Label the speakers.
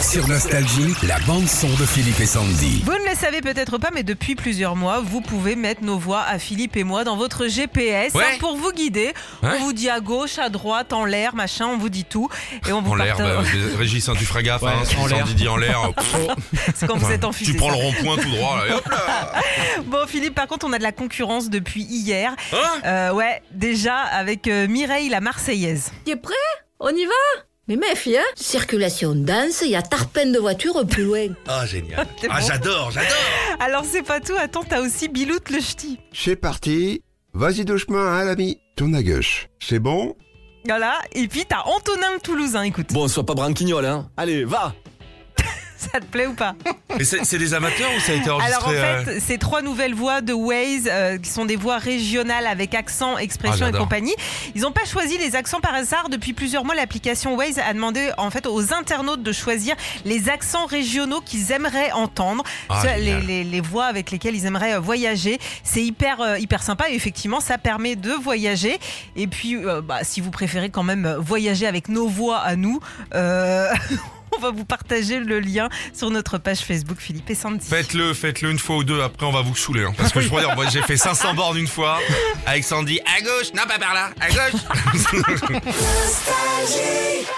Speaker 1: Sur Nostalgie, la bande-son de Philippe et Sandy.
Speaker 2: Vous ne le savez peut-être pas, mais depuis plusieurs mois, vous pouvez mettre nos voix à Philippe et moi dans votre GPS
Speaker 3: Ouais.
Speaker 2: hein, pour vous guider.
Speaker 3: Ouais.
Speaker 2: On vous dit à gauche, à droite, en l'air, machin, on vous dit tout. Et on vous
Speaker 3: En l'air, bah,
Speaker 2: partage.
Speaker 3: Régis, hein, tu feras gaffe,
Speaker 4: Ouais,
Speaker 3: hein, si
Speaker 4: en l'air.
Speaker 3: Sandy dit en l'air. pff,
Speaker 2: C'est quand vous êtes en
Speaker 3: tu
Speaker 2: fusée,
Speaker 3: prends
Speaker 2: ça.
Speaker 3: le rond-point tout droit, là, et hop là.
Speaker 2: Bon, Philippe, par contre, on a de la concurrence depuis hier.
Speaker 3: Hein
Speaker 2: Euh, ouais, déjà avec euh, Mireille, la Marseillaise.
Speaker 5: T'es prêt On y va Mais méfie, hein Circulation dense, il y a tarpin de voiture plus loin.
Speaker 6: Ah, génial.
Speaker 2: C'est
Speaker 6: Ah,
Speaker 2: bon.
Speaker 6: j'adore, j'adore.
Speaker 2: Alors, c'est pas tout. Attends, t'as aussi Biloute le ch'ti.
Speaker 7: C'est parti. Vas-y de chemin, hein, l'ami. Tourne à gauche. C'est bon
Speaker 2: Voilà. Et puis, t'as Antonin le Toulousain. Écoute,
Speaker 4: Bon, sois pas branquignol, hein. Allez, va
Speaker 2: ça te plaît ou pas
Speaker 3: Mais c'est c'est des amateurs ou ça a été enregistré
Speaker 2: Alors en
Speaker 3: euh,
Speaker 2: fait, ces trois nouvelles voix de Waze, euh, qui sont des voix régionales avec accent, expression
Speaker 3: Ah,
Speaker 2: et
Speaker 3: j'adore.
Speaker 2: compagnie, ils n'ont pas choisi les accents par hasard. Depuis plusieurs mois, l'application Waze a demandé en fait aux internautes de choisir les accents régionaux qu'ils aimeraient entendre,
Speaker 3: Ah,
Speaker 2: ceux- les,
Speaker 3: génial.
Speaker 2: les- les voix avec lesquelles ils aimeraient euh, voyager. C'est hyper euh, hyper sympa et effectivement, ça permet de voyager. Et puis, euh, bah, si vous préférez quand même euh, voyager avec nos voix à nous. euh, On va vous partager le lien sur notre page Facebook Philippe et Sandy.
Speaker 3: Faites-le, faites-le une fois ou deux, après on va vous saouler. hein. parce que je crois dire, moi, j'ai fait 500 bornes une fois, avec Sandy, à gauche, non pas par là, à gauche.